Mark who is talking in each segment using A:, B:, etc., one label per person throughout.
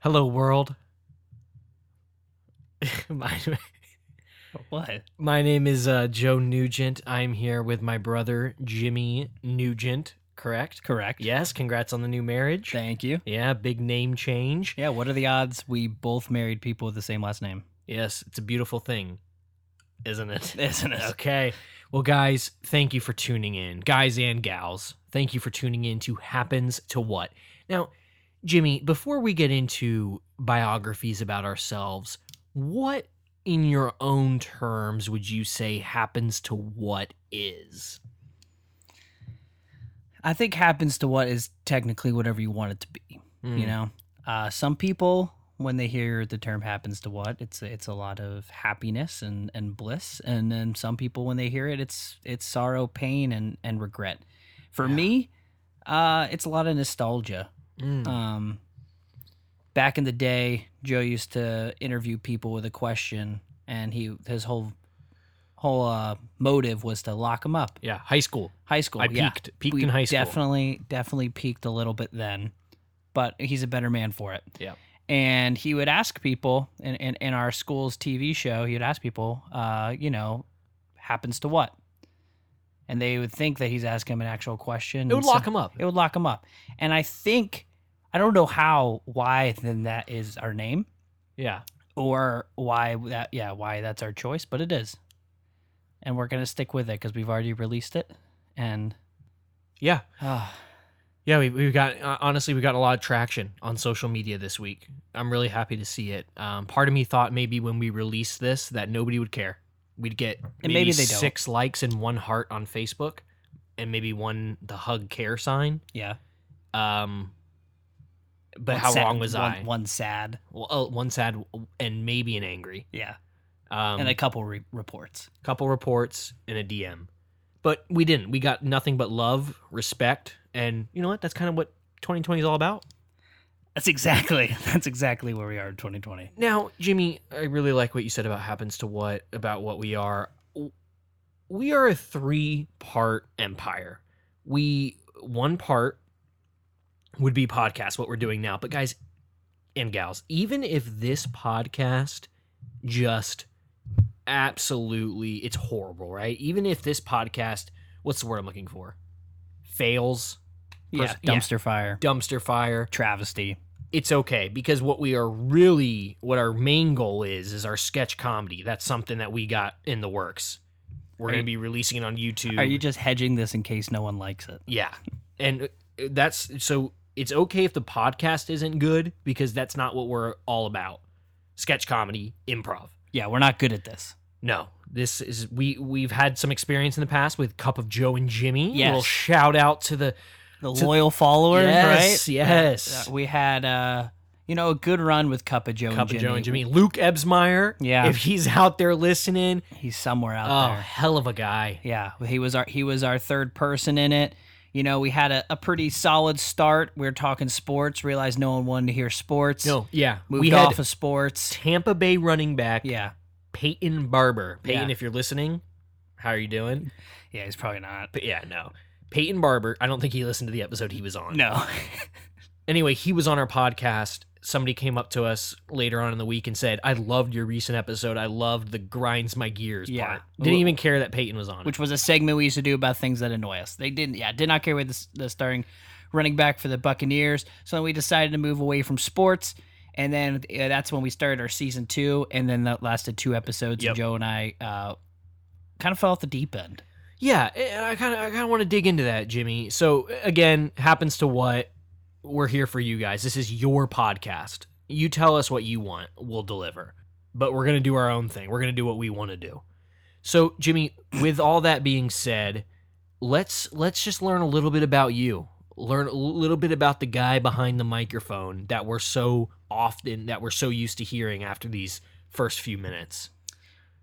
A: Hello, world.
B: my, what?
A: My name is uh, Joe Nugent. I'm here with my brother, Jimmy Nugent, correct?
B: Correct.
A: Yes, congrats on the new marriage.
B: Thank you.
A: yeah, big name change.
B: Yeah. What are the odds we both married people with the same last name?
A: Yes, it's a beautiful thing, isn't it?
B: Isn't it?
A: Okay. Well, guys, thank you for tuning in. Guys and gals, thank you for tuning in to Happens to What. Now, Jimmy, before we get into biographies about ourselves, what in your own terms would you say happens to what is?
B: I think happens to what is technically whatever you want it to be.
A: Hmm.
B: You know, uh, some people when they hear the term happens to what, it's a, it's a lot of happiness and, and bliss, and then some people when they hear it, it's it's sorrow, pain, and and regret. For
A: Yeah.
B: me, uh, it's a lot of nostalgia.
A: Hmm.
B: Um, back in the day, Joe used to interview people with a question, and he his whole whole uh, motive was to lock them up.
A: yeah, high school.
B: High school,
A: I
B: yeah.
A: peaked, peaked
B: We
A: in high school.
B: Definitely, definitely peaked a little bit then, but he's a better man for it.
A: Yeah.
B: And he would ask people in, in, in our school's TV show, he would ask people, uh, you know, happens to what? And they would think that he's asking him an actual question.
A: It would
B: and some-
A: lock him up.
B: it would lock him up. And I think I don't know how why then that is our name
A: Yeah.
B: or why that yeah why that's our choice, but it is. And we're gonna stick with it because we've already released it. And
A: Yeah.
B: uh,
A: Yeah, we, we've got uh, honestly, we've got a lot of traction on social media this week. I'm really happy to see it. Um, part of me thought maybe when we release this that nobody would care. We'd get
B: And
A: maybe,
B: maybe they don't.
A: 6 likes and one heart on Facebook, and maybe one the hug care sign.
B: yeah.
A: Um, but
B: One
A: how
B: sad-
A: wrong was
B: one,
A: I?
B: One sad.
A: Well, oh, one sad and maybe an angry.
B: Yeah.
A: Um,
B: and a couple re- reports.
A: couple reports and a DM. But we didn't. We got nothing but love, respect, and you know what? That's kind of what 2020 is all about.
B: That's exactly that's exactly where we are in 2020.
A: Now, Jimmy, I really like what you said about happens to what about what we are. We are a three-part empire. We one part would be podcast what we're doing now, but guys and gals, even if this podcast just absolutely it's horrible, right? Even if this podcast, what's the word I'm looking for? Fails,
B: Yeah.
A: Pers-
B: Dumpster fire.
A: dumpster fire
B: Travesty.
A: it's okay because what we are really what our main goal is is our sketch comedy that's something that we got in the works we're
B: Are
A: going
B: you-
A: to be releasing it on youtube
B: Are you just hedging this in case no one likes it?
A: yeah and uh, that's so it's okay if the podcast isn't good because that's not what we're all about sketch comedy improv
B: Yeah, we're not good at this.
A: no this is we we've had some experience in the past with cup of joe and jimmy
B: Yes.
A: little shout out to the
B: the
A: to-
B: loyal followers,
A: Yes,
B: right?
A: yes.
B: Uh, we had uh, you know, a good run with Cup of Joe
A: cup of
B: and Jimmy.
A: joe and jimmy luke ebsmeyer
B: Yeah.
A: if he's out there listening
B: He's somewhere out
A: oh
B: there.
A: hell of a guy
B: Yeah, he was our he was our third person in it. You know, we had a, a pretty solid start. We were talking sports. Realized no one wanted to hear sports.
A: No, yeah.
B: moved
A: we
B: off
A: had
B: of sports.
A: Tampa Bay running back
B: Yeah,
A: Peyton Barber. Peyton,
B: Yeah.
A: if you're listening, how are you doing?
B: yeah, he's probably not.
A: But yeah, no. Peyton Barber, I don't think he listened to the episode he was on.
B: No,
A: Anyway, he was on our podcast. Somebody came up to us later on in the week and said, I loved your recent episode. I loved the grinds my gears
B: Yeah.
A: part. Didn't even care that Peyton was on it.
B: which was a segment we used to do about things that annoy us. They didn't, yeah, did not care with the, s- the starting running back for the Buccaneers. So then we decided to move away from sports. And then uh, that's when we started our season two. And then that lasted two episodes.
A: Yep.
B: And Joe and I uh, kind of fell off the deep end.
A: Yeah, and I kind of I kind of want to dig into that, Jimmy. So again, happens to what we're here for you guys. This is your podcast. You tell us what you want, we'll deliver. But we're going to do our own thing. We're going to do what we want to do. So, Jimmy, with all that being said, let's let's just learn a little bit about you. Learn a little bit about the guy behind the microphone that we're so often that we're so used to hearing after these first few minutes.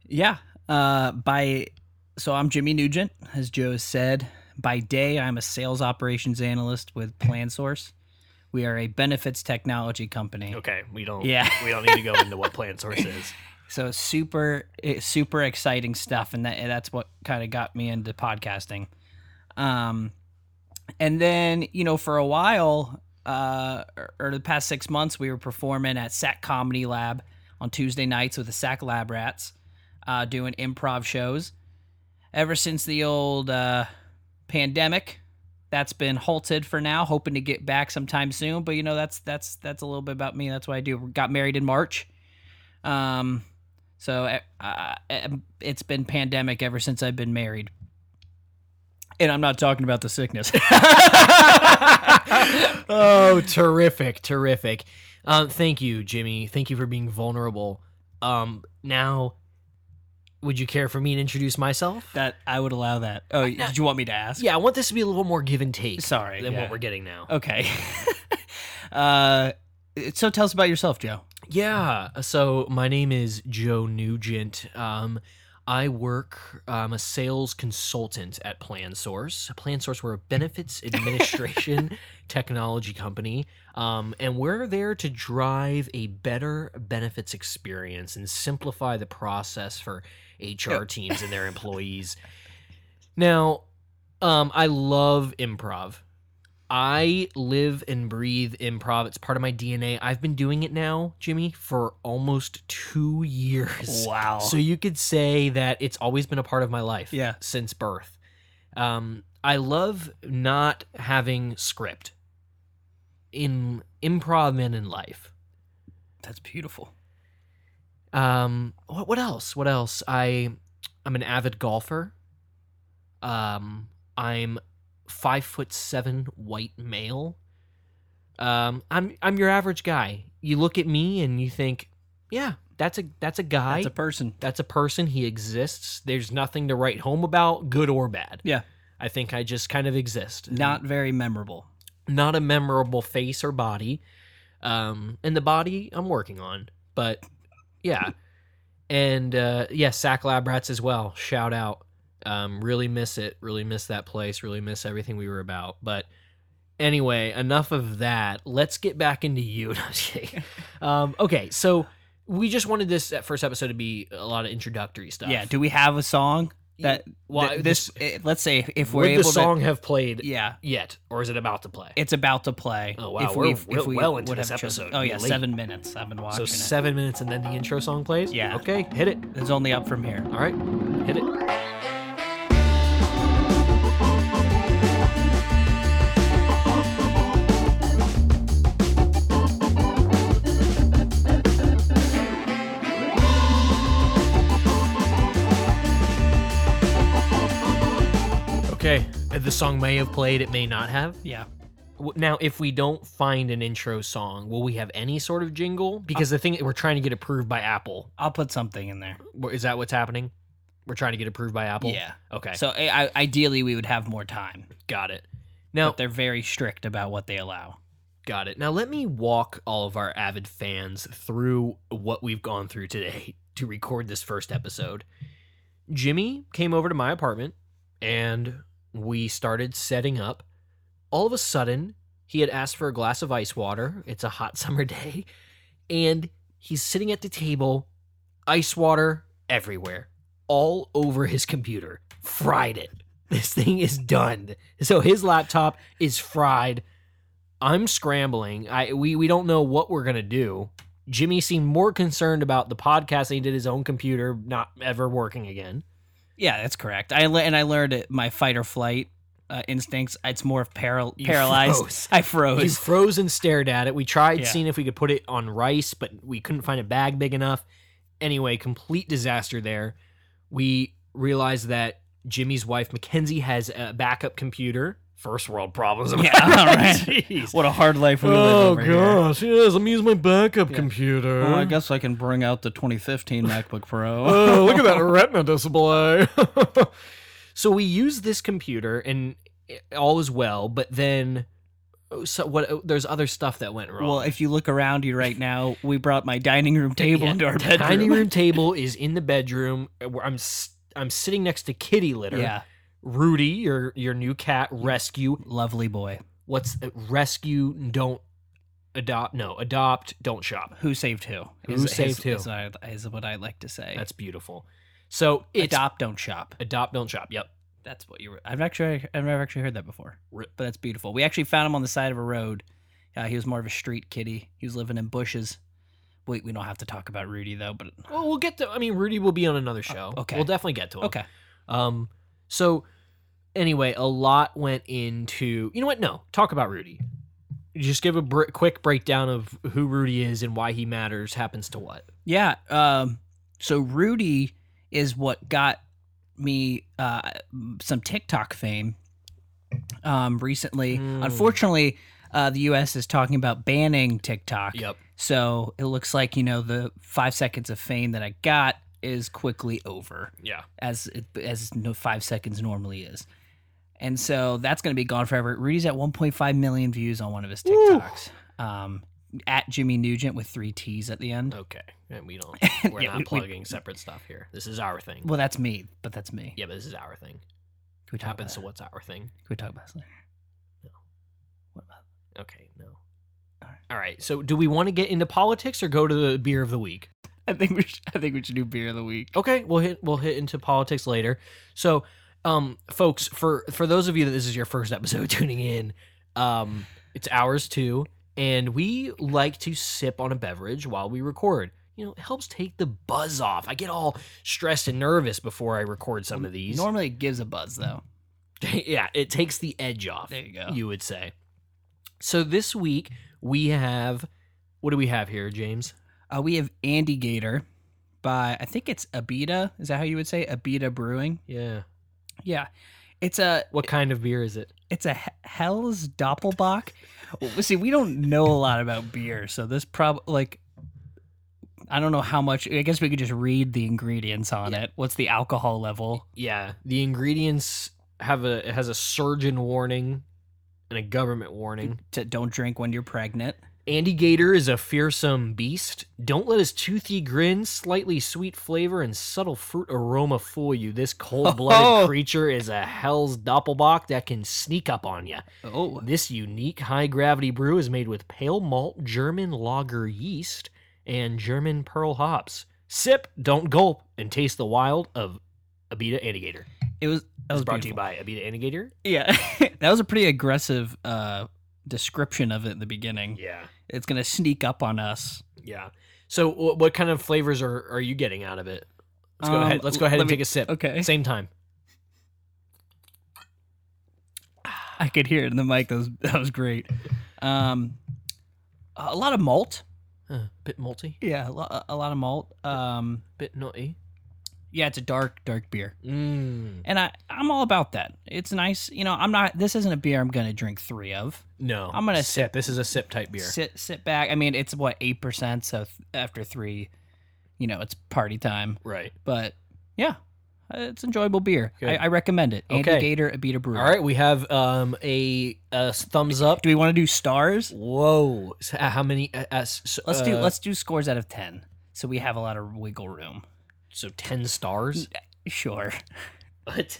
B: Yeah. Uh, by so I'm Jimmy Nugent, as Joe has said. By day, I'm a sales operations analyst with PlanSource. We are a benefits technology company.
A: Okay, we don't
B: Yeah.
A: we don't need to go into what plan source is.
B: So it's super, it's super exciting stuff, and that and that's what kind of got me into podcasting. Um, and then you know, for a while, uh, or, or the past six months, we were performing at Sac Comedy Lab on Tuesday nights with the Sac Lab Rats, uh, doing improv shows. Ever since the old uh, pandemic, that's been halted for now. Hoping to get back sometime soon, but you know that's that's that's a little bit about me. That's what I do. Got married in March, um, so uh, it's been pandemic ever since I've been married. And I'm not talking about the sickness.
A: oh, terrific, terrific. Um, thank you, Jimmy. Thank you for being vulnerable. Um, now, would you care for me to introduce myself?
B: That I would allow that. Oh, did you want me to ask?
A: Yeah, I want this to be a little more give and take.
B: Sorry,
A: than
B: yeah. Oh.
A: what we're getting now.
B: Okay. uh, so tell us about yourself, Joe.
A: Yeah. So my name is Joe Nugent. Um, I work. I'm a sales consultant at PlanSource. PlanSource, we're a benefits administration technology company, um, and we're there to drive a better benefits experience and simplify the process for HR teams and their employees. Now, um, I love improv. I live and breathe improv. It's part of my DNA. I've been doing it now, Jimmy, for almost two years.
B: Wow.
A: So you could say that it's always been a part of my life.
B: Yeah.
A: Since birth. Um, I love not having script in improv and in life.
B: that's beautiful.
A: Um, what, what else? What else? I I'm an avid golfer. Um, I'm five foot seven white male. Um, I'm I'm your average guy. You look at me and you think, yeah, that's a that's a guy.
B: That's a person.
A: that's a person. He exists. There's nothing to write home about, good or bad.
B: Yeah.
A: I think I just kind of exist.
B: Not very memorable.
A: not a memorable face or body. Um, and the body I'm working on, but yeah. And uh, yeah, Sack Lab Rats as well. Shout out. Um, really miss it. Really miss that place. Really miss everything we were about. But anyway, enough of that. Let's get back into you. No, I'm just kidding. um, okay, so we just wanted this uh, first episode to be a lot of introductory stuff.
B: Yeah. Do we have a song that?
A: Well,
B: that
A: I-
B: this. eh, let's say if we're
A: would
B: able
A: the song have played
B: to. Yeah.
A: yet, or is it about to play?
B: It's about to play.
A: Oh, wow, we're- we're well into
B: would
A: this
B: have chosen-
A: episode.
B: Oh
A: Be
B: yeah,
A: late.
B: seven minutes. I've been
A: So
B: watching
A: seven minutes and then the intro song plays?
B: Yeah.
A: Okay, hit it.
B: it. It's only up from here.
A: All right, hit it. Okay, the song may have played, it may not have.
B: Yeah.
A: W- Now, if we don't find an intro song, will we have any sort of jingle? Because the thing we're trying to get approved by Apple
B: I'll put something in there.
A: Wh- Is that what's happening? We're trying to get approved by Apple.
B: Yeah.
A: Okay.
B: So eh, I, ideally, we would have more time.
A: got it. Now,
B: But they're very strict about what they allow.
A: got it. Now, let me walk all of our avid fans through what we've gone through today to record this first episode. Jimmy came over to my apartment and we started setting up. All of a sudden, he had asked for a glass of ice water. It's a hot summer day. And he's sitting at the table, ice water everywhere, all over his computer. Fried it. This thing is done. So his laptop is fried. I'm scrambling. I we we don't know what we're gonna do. Jimmy seemed more concerned about the podcast than he did his own computer not ever working again.
B: Yeah, that's correct. I le- and I learned it- my fight or flight uh, instincts. It's more of paral-
A: You
B: paralyzed.
A: froze.
B: I
A: You
B: froze.
A: froze and stared at it. We tried
B: Yeah.
A: seeing if we could put it on rice, but we couldn't find a bag big enough. Anyway, complete disaster there. We realized that Jimmy's wife Mackenzie has a backup computer. First world problems. am I
B: Yeah, all right.
A: Jeez.
B: What a hard life we
A: Oh
B: live over here.
A: gosh, yes, I'm using my backup
B: Yeah. Oh,
A: computer.
B: guess I can bring out the 2015 MacBook Pro.
A: oh, look at that retina display. so we use this computer and all is well, but then oh, so what there's other stuff that went wrong.
B: Well, if you look around you right now, we brought my dining room table
A: Yeah,
B: into our
A: the
B: bedroom.
A: dining room table is in the bedroom uh, where I'm s- I'm sitting next to kitty litter.
B: Yeah,
A: Rudy, your your new cat rescue.
B: lovely boy.
A: What's uh, rescue don't adopt no, adopt don't shop.
B: Who saved who?
A: Who
B: is-
A: saved
B: is-
A: who?
B: Is, I- is what I like to say.
A: That's beautiful. So it's
B: Adopt, don't shop.
A: adopt don't shop. Yep.
B: That's what you. were- I've actually I've never actually heard that before.
A: Re-
B: But that's beautiful. We actually found him on the side of a road. Uh, he was more of a street kitty. He was living in bushes. Wait, we don't have to talk about Rudy though. But
A: Well, we'll get to. I mean, Rudy will be on another show.
B: okay.
A: We'll definitely get to him.
B: okay,
A: Um. So, anyway, a lot went into. You know what? No, talk about Rudy. Just give a br- quick breakdown of who Rudy is and why he matters. Happens to what?
B: yeah. Um, so Rudy is what got me uh, some TikTok fame um, recently.
A: Mm.
B: Unfortunately, uh, the U.S. is talking about banning TikTok.
A: Yep.
B: So it looks like you know the five seconds of fame that I got is quickly over.
A: Yeah.
B: as it- as no five seconds normally is. And so that's going to be gone forever. Rudy's at 1.5 million views on one of his
A: Woo.
B: TikToks. Um, at Jimmy Nugent with three T's at the end.
A: Okay. And we don't. Oh, We're
B: Yeah,
A: not
B: we- we-
A: plugging separate stuff here. This is our thing.
B: Well, that's me, but that's me.
A: Yeah, but this is our thing.
B: Can we talk
A: Happens
B: about
A: to
B: that?
A: what's our thing.
B: Can we talk about this later?
A: No.
B: What about?
A: Okay. No.
B: All right.
A: All right. So, do we want to get into politics or go to the beer of the week?
B: I think we should, I think we should do beer of the week.
A: Okay, we'll hit we'll hit into politics later. So, um, folks, for for those of you that this is your first episode tuning in, um, it's ours too, and we like to sip on a beverage while we record. You know, it helps take the buzz off. I get all stressed and nervous before I record some of these.
B: Normally it gives a buzz though.
A: yeah, it takes the edge off.
B: There you go.
A: You would say. So this week we have what do we have here, James?
B: Uh, we have Andy Gator by I think it's Abita. Is that how you would say Abita Brewing?
A: Yeah.
B: Yeah. It's a
A: What kind of beer is it?
B: It's a he- Hell's Doppelbock. Well, See, we don't know a lot about beer, so this prob like I don't know how much. I guess we could just read the ingredients on it. What's the alcohol level?
A: yeah the ingredients have a it has a surgeon warning and a government warning
B: To don't drink when you're pregnant.
A: andy gator is a fearsome beast don't let his toothy grin slightly sweet flavor and subtle fruit aroma fool you this cold-blooded
B: Oh.
A: creature is a hell's doppelbock that can sneak up on you
B: Oh,
A: this unique high gravity brew is made with pale malt german lager yeast and german pearl hops sip don't gulp and taste the wild of abita andy gator
B: it was
A: It's
B: that was
A: brought
B: beautiful.
A: to you by abita andy gator
B: Yeah, that was a pretty aggressive uh, description of it in the beginning.
A: Yeah,
B: It's gonna sneak up on us.
A: yeah. So, wh- what kind of flavors are, are you getting out of it? Let's go
B: Um,
A: ahead. Let's go ahead
B: let
A: and
B: me-
A: take a sip.
B: Okay,
A: Same time.
B: I could hear it in the mic. That was that was great. Um, a lot of malt.
A: Uh, bit malty,
B: Yeah, a lot, a lot of malt. Um,
A: bit nutty.
B: yeah, it's a dark, dark beer,
A: Mm.
B: and I, I'm all about that. It's nice, you know. I'm not. This isn't a beer I'm gonna drink three of.
A: No,
B: I'm gonna
A: sip. This is a sip type beer.
B: Sit, sit back. I mean, it's what eight percent. So th- after three, you know, it's party time.
A: Right.
B: But yeah, uh, it's enjoyable beer. I,
A: Good.
B: I recommend it. Andy
A: Okay.
B: Gator, Abita Brewer.
A: All right. We have um a, a s- thumbs up.
B: Do we want to do stars?
A: Whoa. S- uh, How many? Uh, uh, s-
B: Let's do
A: uh,
B: let's do scores out of ten. So we have a lot of wiggle room.
A: so ten stars.
B: Sure.
A: What?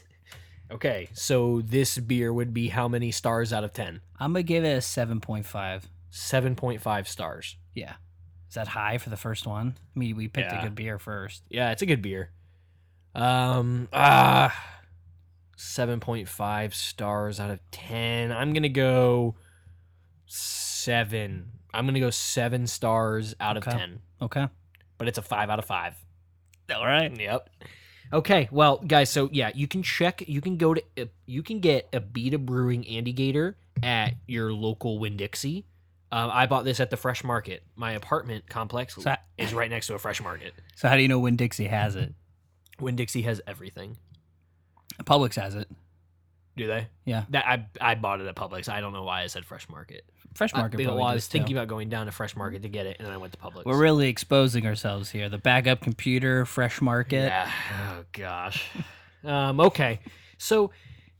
A: Okay. So this beer would be how many stars out of ten?
B: I'm gonna give it a seven point five.
A: Seven point five stars.
B: Yeah. Is that high for the first one? I mean, we picked
A: Yeah.
B: a good beer first.
A: Yeah, it's a good beer. Um, ah, seven point five stars out of ten. I'm gonna go seven. I'm gonna go seven stars out of
B: Okay.
A: ten,
B: Okay.
A: but it's a five out of five.
B: All right.
A: Yep. Okay, well, guys, so yeah, you can check. You can go to. uh, You can get a Beta Brewing Andy Gator at your local Winn Dixie. Um, I bought this at the Fresh Market. My apartment complex
B: So,
A: is right next to a Fresh Market.
B: so how do you know when Dixie has it?
A: Winn Dixie has everything.
B: Publix has it.
A: Do they?
B: Yeah.
A: That I I bought it at Publix. I don't know why I said Fresh Market.
B: Fresh Market.
A: I, well,
B: probably
A: I
B: does,
A: was thinking
B: too.
A: about going down to Fresh Market to get it, and then I went to Publix.
B: We're really exposing ourselves here. The backup computer, Fresh Market.
A: Yeah. Oh gosh. um. Okay. So,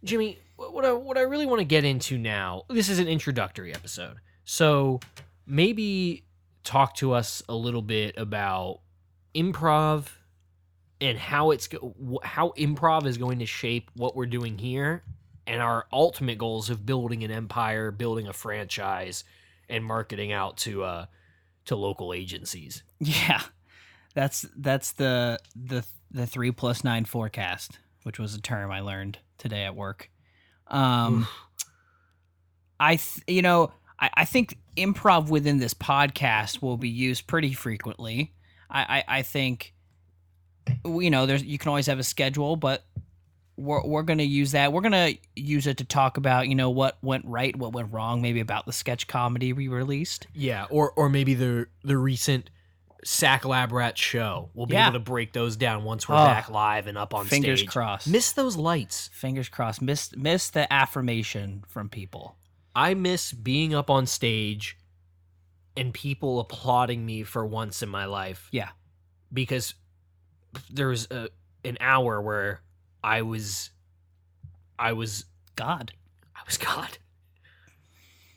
A: Jimmy, wh- what I what I really want to get into now. This is an introductory episode. So maybe talk to us a little bit about improv and how it's go- wh- how improv is going to shape what we're doing here and our ultimate goals of building an empire, building a franchise, and marketing out to uh to local agencies.
B: Yeah. That's that's the the the three plus nine forecast, which was a term I learned today at work. Um, I th- you know I, I think improv within this podcast will be used pretty frequently. I, I, I think you know there's you can always have a schedule, but we're we're gonna use that. We're gonna use it to talk about you know what went right, what went wrong, maybe about the sketch comedy we released.
A: Yeah, or or maybe the the recent Sack Lab Rat show. We'll be
B: Yeah.
A: able to break those down once we're
B: Oh.
A: back live and up on
B: Fingers
A: stage.
B: crossed.
A: Miss those lights.
B: Fingers crossed. Miss miss the affirmation from people.
A: I miss being up on stage and people applauding me for once in my life.
B: Yeah.
A: Because there was a, an hour where I was I was
B: God.
A: I was God.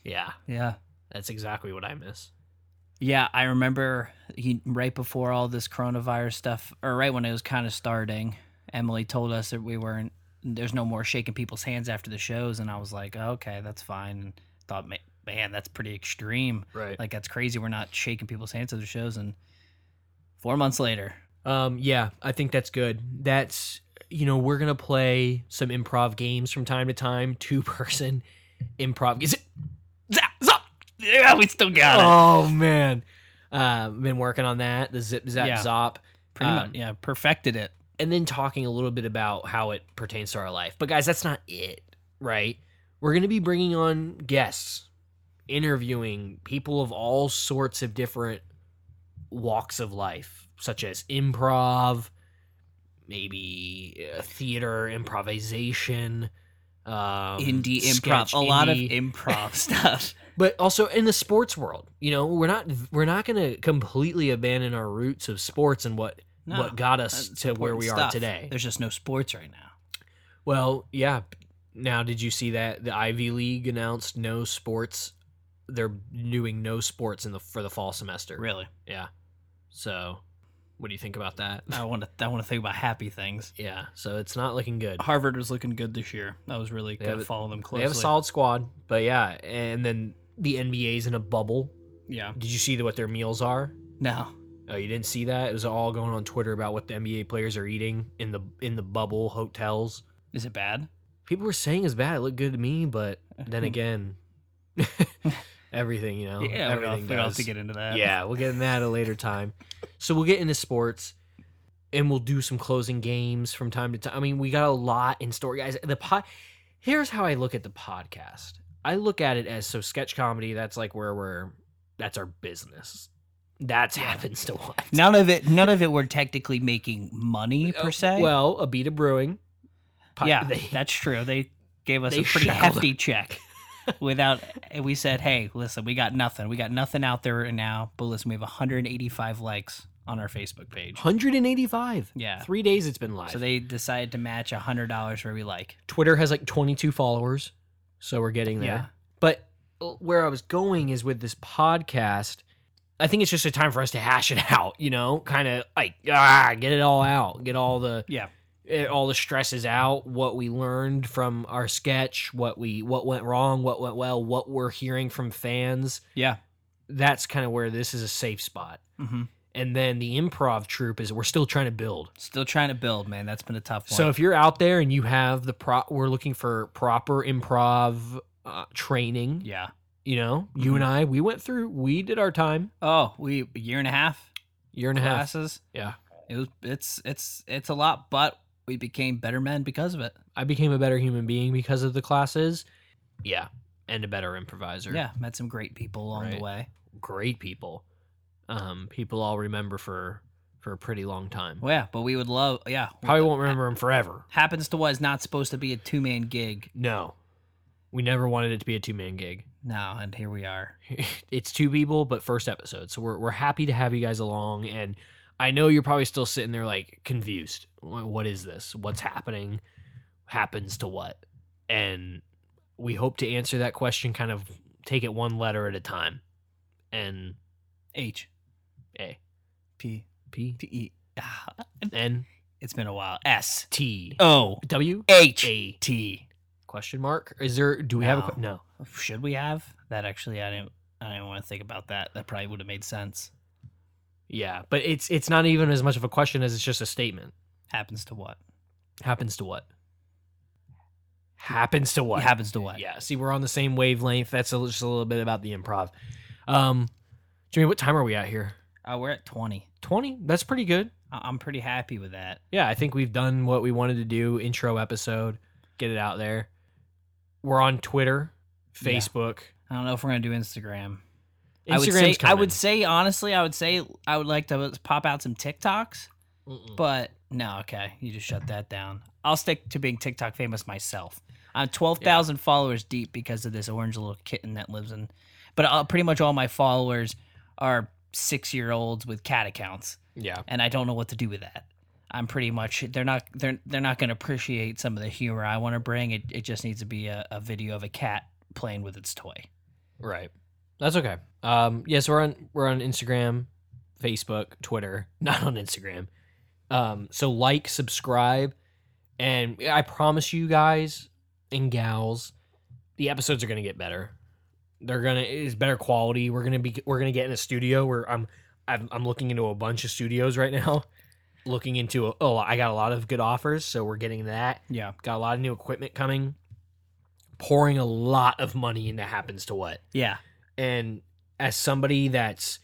A: Yeah,
B: Yeah.
A: that's exactly what I miss.
B: Yeah, I remember he right before all this coronavirus stuff, or right when it was kind of starting. Emily told us that we weren't. There's no more shaking people's hands after the shows, and I was like, okay, that's fine. And thought, ma- man, that's pretty extreme.
A: Right.
B: Like that's crazy. We're not shaking people's hands at the shows, and four months later,
A: Um, yeah, I think that's good. That's you know we're gonna play some improv games from time to time, two person improv. Is it? Zap, zap.
B: yeah, we still got
A: Oh man, uh, been working on that. The zip zap
B: Yeah.
A: zop,
B: Pretty
A: um,
B: much, Uh, yeah, perfected it.
A: and then talking a little bit about how it pertains to our life. But guys, that's not it, right? We're gonna be bringing on guests, interviewing people of all sorts of different walks of life, such as improv, maybe uh, theater, improvisation, um,
B: indie improv,
A: sketch,
B: a lot
A: indie
B: of improv stuff.
A: but also in the sports world you know we're not we're not going to completely abandon our roots of sports and what
B: No,
A: what got us
B: that's
A: to where
B: important
A: we are
B: stuff.
A: today
B: There's just no sports right now.
A: well yeah now did you see that the ivy league announced no sports they're doing no sports in the for the fall semester
B: Really,
A: yeah so what do you think about that
B: I want to. I want to think about happy things.
A: yeah so it's not looking good
B: Harvard was looking good this year. I was really
A: They
B: going
A: have
B: to
A: a-
B: follow them
A: they
B: Uh, closely.
A: have a solid squad but yeah and then the nba's in a bubble
B: yeah.
A: did you see what their meals are
B: No.
A: Oh, you didn't see that? It was all going on Twitter about what the NBA players are eating in the in the bubble hotels.
B: Is it bad?
A: People were saying it's bad. It looked good to me, but then again, everything you know,
B: yeah, we don't,
A: everything
B: we don't have
A: does.
B: to get into that.
A: yeah, we'll get in that at a later time. So we'll get into sports, and we'll do some closing games from time to time. I mean, we got a lot in store, guys. The pod. Here's how I look at the podcast. I look at it as so sketch comedy. That's like where we're. That's our business. That's happens to what.
B: None of it. None of it. We're technically making money per se.
A: Uh, Well, Abita Brewing. Pi-
B: yeah,
A: they-
B: that's true. They gave us
A: They
B: a pretty
A: shackled
B: hefty check. Without, and we said, hey, listen, we got nothing. We got nothing out there now. But listen, we have 185 likes on our Facebook page.
A: 185.
B: Yeah.
A: Three days it's been live.
B: So they decided to match $100 for every like.
A: Twitter has like 22 followers. So we're getting there.
B: Yeah.
A: But uh, where I was going is with this podcast. I think it's just a time for us to hash it out, you know, kind of like ah, get it all out, get all the
B: Yeah.
A: eh, all the stresses out, what we learned from our sketch, what we what went wrong, what went well, what we're hearing from fans.
B: Yeah.
A: That's kind of where this is a safe spot.
B: hmm
A: and then the improv troupe is we're still trying to build.
B: Still trying to build, man. That's been a tough one.
A: So if you're out there and you have the pro, we're looking for proper improv uh, training.
B: yeah. Mm-hmm.
A: You know, you and I, we went through, we did our time,
B: Oh, we a year and a half
A: year and a half.
B: classes.
A: Yeah,
B: It was it's it's it's a lot, but we became better men because of it.
A: I became a better human being because of the classes. Yeah, and a better improviser.
B: Yeah, met some great people along
A: Right.
B: the way.
A: great people. Um, people I'll remember for for a pretty long time.
B: Well, yeah, but we would love. Yeah,
A: Probably won't remember them forever.
B: happens to what is not supposed to be a two man gig.
A: No, we never wanted it to be a two man gig.
B: No, and here we are.
A: it's two people, but first episode. So we're we're happy to have you guys along, and I know you're probably still sitting there like confused. Wh- What is this? What's happening? Happens to what? And we hope to answer that question. Kind of take it one letter at a time. And
B: H
A: A
B: P
A: P
B: P E. Ah,
A: N
B: It's been a while. S
A: T
B: O
A: W
B: H
A: A
B: T.
A: question mark. Is there? Do we have a que- no?
B: Should we have that? Actually, I didn't. I didn't want to think about that. That probably would have made sense.
A: Yeah, but it's it's not even as much of a question as it's just a statement.
B: Happens to what?
A: Happens to what? happens to what
B: It happens to what?
A: Yeah, see, we're on the same wavelength. That's a, just a little bit about the improv. Um, Jimmy, what time are we at here?
B: Uh, we're at 20.
A: Twenty. That's pretty good.
B: I- I'm pretty happy with that.
A: Yeah, I think we've done what we wanted to do. Intro episode, get it out there. We're on Twitter,
B: Yeah.
A: Facebook,
B: I don't know if we're gonna do Instagram.
A: Instagram.
B: I would say I would say honestly, I would say I would like to pop out some TikToks, but no, okay, you just shut that down. I'll stick to being TikTok famous myself. I'm twelve thousand followers deep because of this orange little kitten that lives in. But uh, pretty much all my followers are six year olds with cat accounts,
A: yeah,
B: and I don't know what to do with that. I'm pretty much they're not they're they're not going to appreciate some of the humor I want to bring. It it just needs to be a, a video of a cat playing with its toy.
A: right. That's okay. Um, yes, we're on we're on Instagram, Facebook, Twitter, not on Instagram. Um, so like, subscribe, and I promise you guys and gals, the episodes are gonna get better. They're gonna it's better quality. We're gonna be we're gonna get in a studio where I'm I'm, I'm looking into a bunch of studios right now. Looking into a, oh I got a lot of good offers, so we're getting that.
B: Yeah.
A: Got a lot of new equipment coming. Pouring a lot of money into happens to what?
B: Yeah.
A: and as somebody that's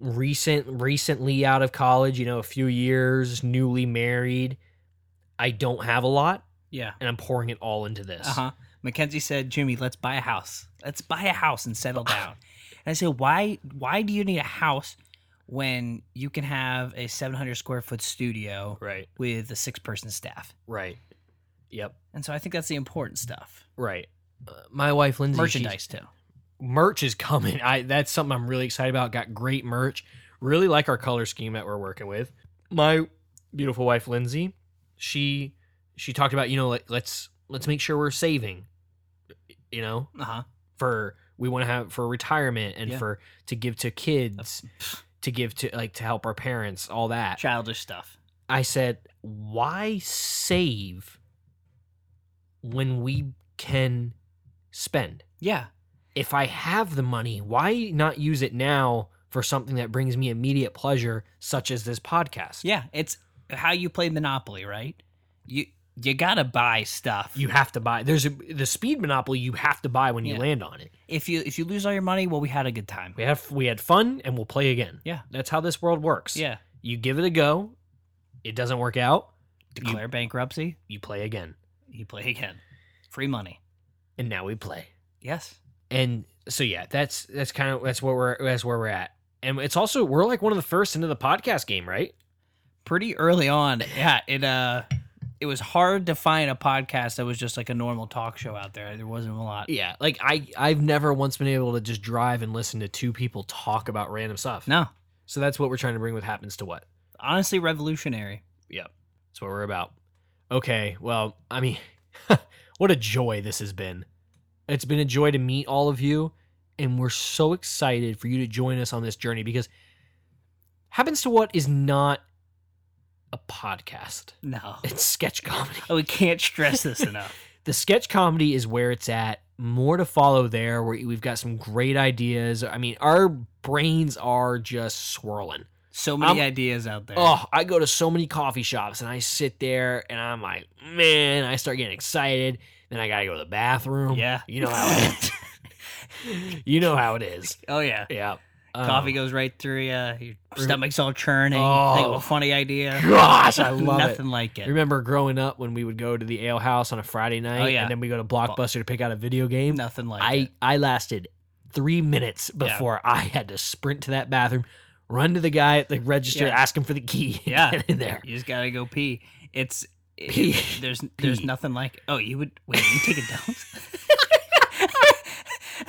A: recent recently out of college you know a few years newly married i don't have a lot
B: Yeah.
A: and i'm pouring it all into this
B: Uh huh. Mackenzie said, Jimmy, let's buy a house. Let's buy a house and settle down. and I said, why? Why do you need a house when you can have a 700 square foot studio
A: right
B: with a six person staff?
A: right yep
B: And so I think that's the important stuff.
A: right uh, my wife lindsay she's-
B: Merchandise too.
A: merch is coming. I that's something I'm really excited about. Got great merch. Really like our color scheme that we're working with. My beautiful wife Lindsay, she she talked about, you know, like let's let's make sure we're saving, you know,
B: Uh huh.
A: for we want to have for retirement and
B: Yeah.
A: for to give to kids, to give to like to help our parents, all that.
B: Childish stuff.
A: I said, why save when we can spend?
B: Yeah.
A: if I have the money, why not use it now for something that brings me immediate pleasure, such as this podcast?
B: Yeah. It's how you play Monopoly, right? You you gotta buy stuff.
A: You have to buy. There's a the speed monopoly. You have to buy when you
B: Yeah.
A: land on it.
B: if you if you lose all your money, well, we had a good time.
A: We have we had fun and we'll play again.
B: Yeah.
A: that's how this world works.
B: Yeah.
A: you give it a go. It doesn't work out.
B: Declare bankruptcy.
A: You play again,
B: You play again. Free money.
A: and now we play.
B: Yes.
A: And so yeah, that's that's kind of that's where we're that's where we're at. And it's also we're like one of the first into the podcast game, right?
B: pretty early on. Yeah, it uh it was hard to find a podcast that was just like a normal talk show out there. There wasn't a lot.
A: Yeah, like I I've never once been able to just drive and listen to two people talk about random stuff.
B: No.
A: So that's what we're trying to bring with happens to what.
B: Honestly revolutionary.
A: Yep. That's what we're about. Okay, well, I mean, what a joy this has been. It's been a joy to meet all of you and we're so excited for you to join us on this journey because happens to what is not a podcast.
B: No.
A: It's sketch comedy.
B: Oh, we can't stress this enough.
A: the sketch comedy is where it's at. More to follow there. Where we've got some great ideas. I mean, our brains are just swirling.
B: So
A: I'm-
B: many ideas out there.
A: Oh, I go to so many coffee shops and I sit there and I'm like, man, I start getting excited. Then I gotta go to the bathroom.
B: Yeah.
A: you know how it is. you know how it is.
B: Oh yeah.
A: Yeah, Um,
B: Coffee goes right through you. Your stomach's all churning.
A: Oh.
B: Think of a funny idea.
A: Gosh, I love it.
B: Nothing like it.
A: Remember growing up when we would go to the ale house on a Friday night,
B: Oh, yeah.
A: and then we go to Blockbuster to pick out a video game.
B: Nothing like
A: I
B: it.
A: I lasted three minutes before I had to sprint to that bathroom, run to the guy at the register,
B: Yeah.
A: ask him for the key. and
B: Yeah.
A: get in there.
B: You just gotta go pee. It's it-
A: Pee.
B: there's there's
A: Pee.
B: nothing like. Oh, you would wait. You take a dump?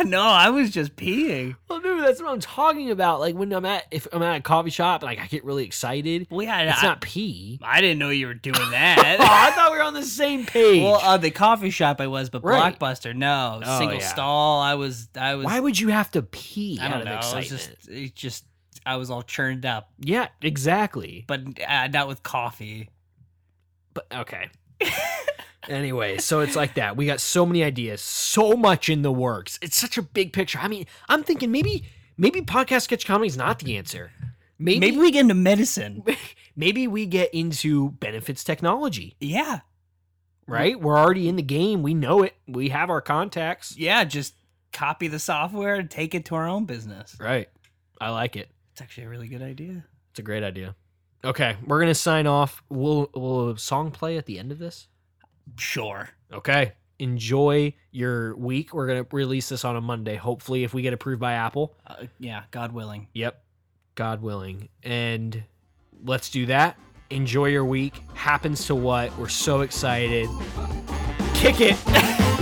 B: no, I was just peeing.
A: Well, dude, that's what I'm talking about. Like when I'm at if I'm at a coffee shop, like I get really excited.
B: Well, yeah,
A: It's
B: I,
A: not pee.
B: I didn't know you were doing
A: Oh, I
B: that.
A: thought we were on the same page.
B: well, uh, the coffee shop I was, but
A: Right.
B: Blockbuster, no,
A: Oh,
B: single
A: yeah.
B: stall. I was, I was.
A: Why would you have to pee
B: I
A: out
B: don't
A: of
B: know. It was
A: excitement?
B: just, it just, I was all churned up,
A: Yeah, exactly.
B: but uh, not with coffee.
A: But okay. anyway, so it's like that. We got so many ideas, so much in the works. It's such a big picture. I mean, I'm thinking maybe maybe podcast sketch comedy is not the answer. Maybe
B: Maybe
A: maybe,
B: we get into medicine.
A: we get into benefits technology.
B: Yeah.
A: right? We're already in the game. We know it. We have our contacts.
B: Yeah, just copy the software and take it to our own business.
A: Right. I like it.
B: It's actually a really good idea.
A: It's a great idea. Okay, we're gonna sign off. Will will a song play at the end of this?
B: Sure.
A: Okay. Enjoy your week. We're gonna release this on a Monday. Hopefully, if we get approved by Apple.
B: Uh, yeah, God willing.
A: Yep. God willing. And let's do that. Enjoy your week. Happens to what? We're so excited. Kick it.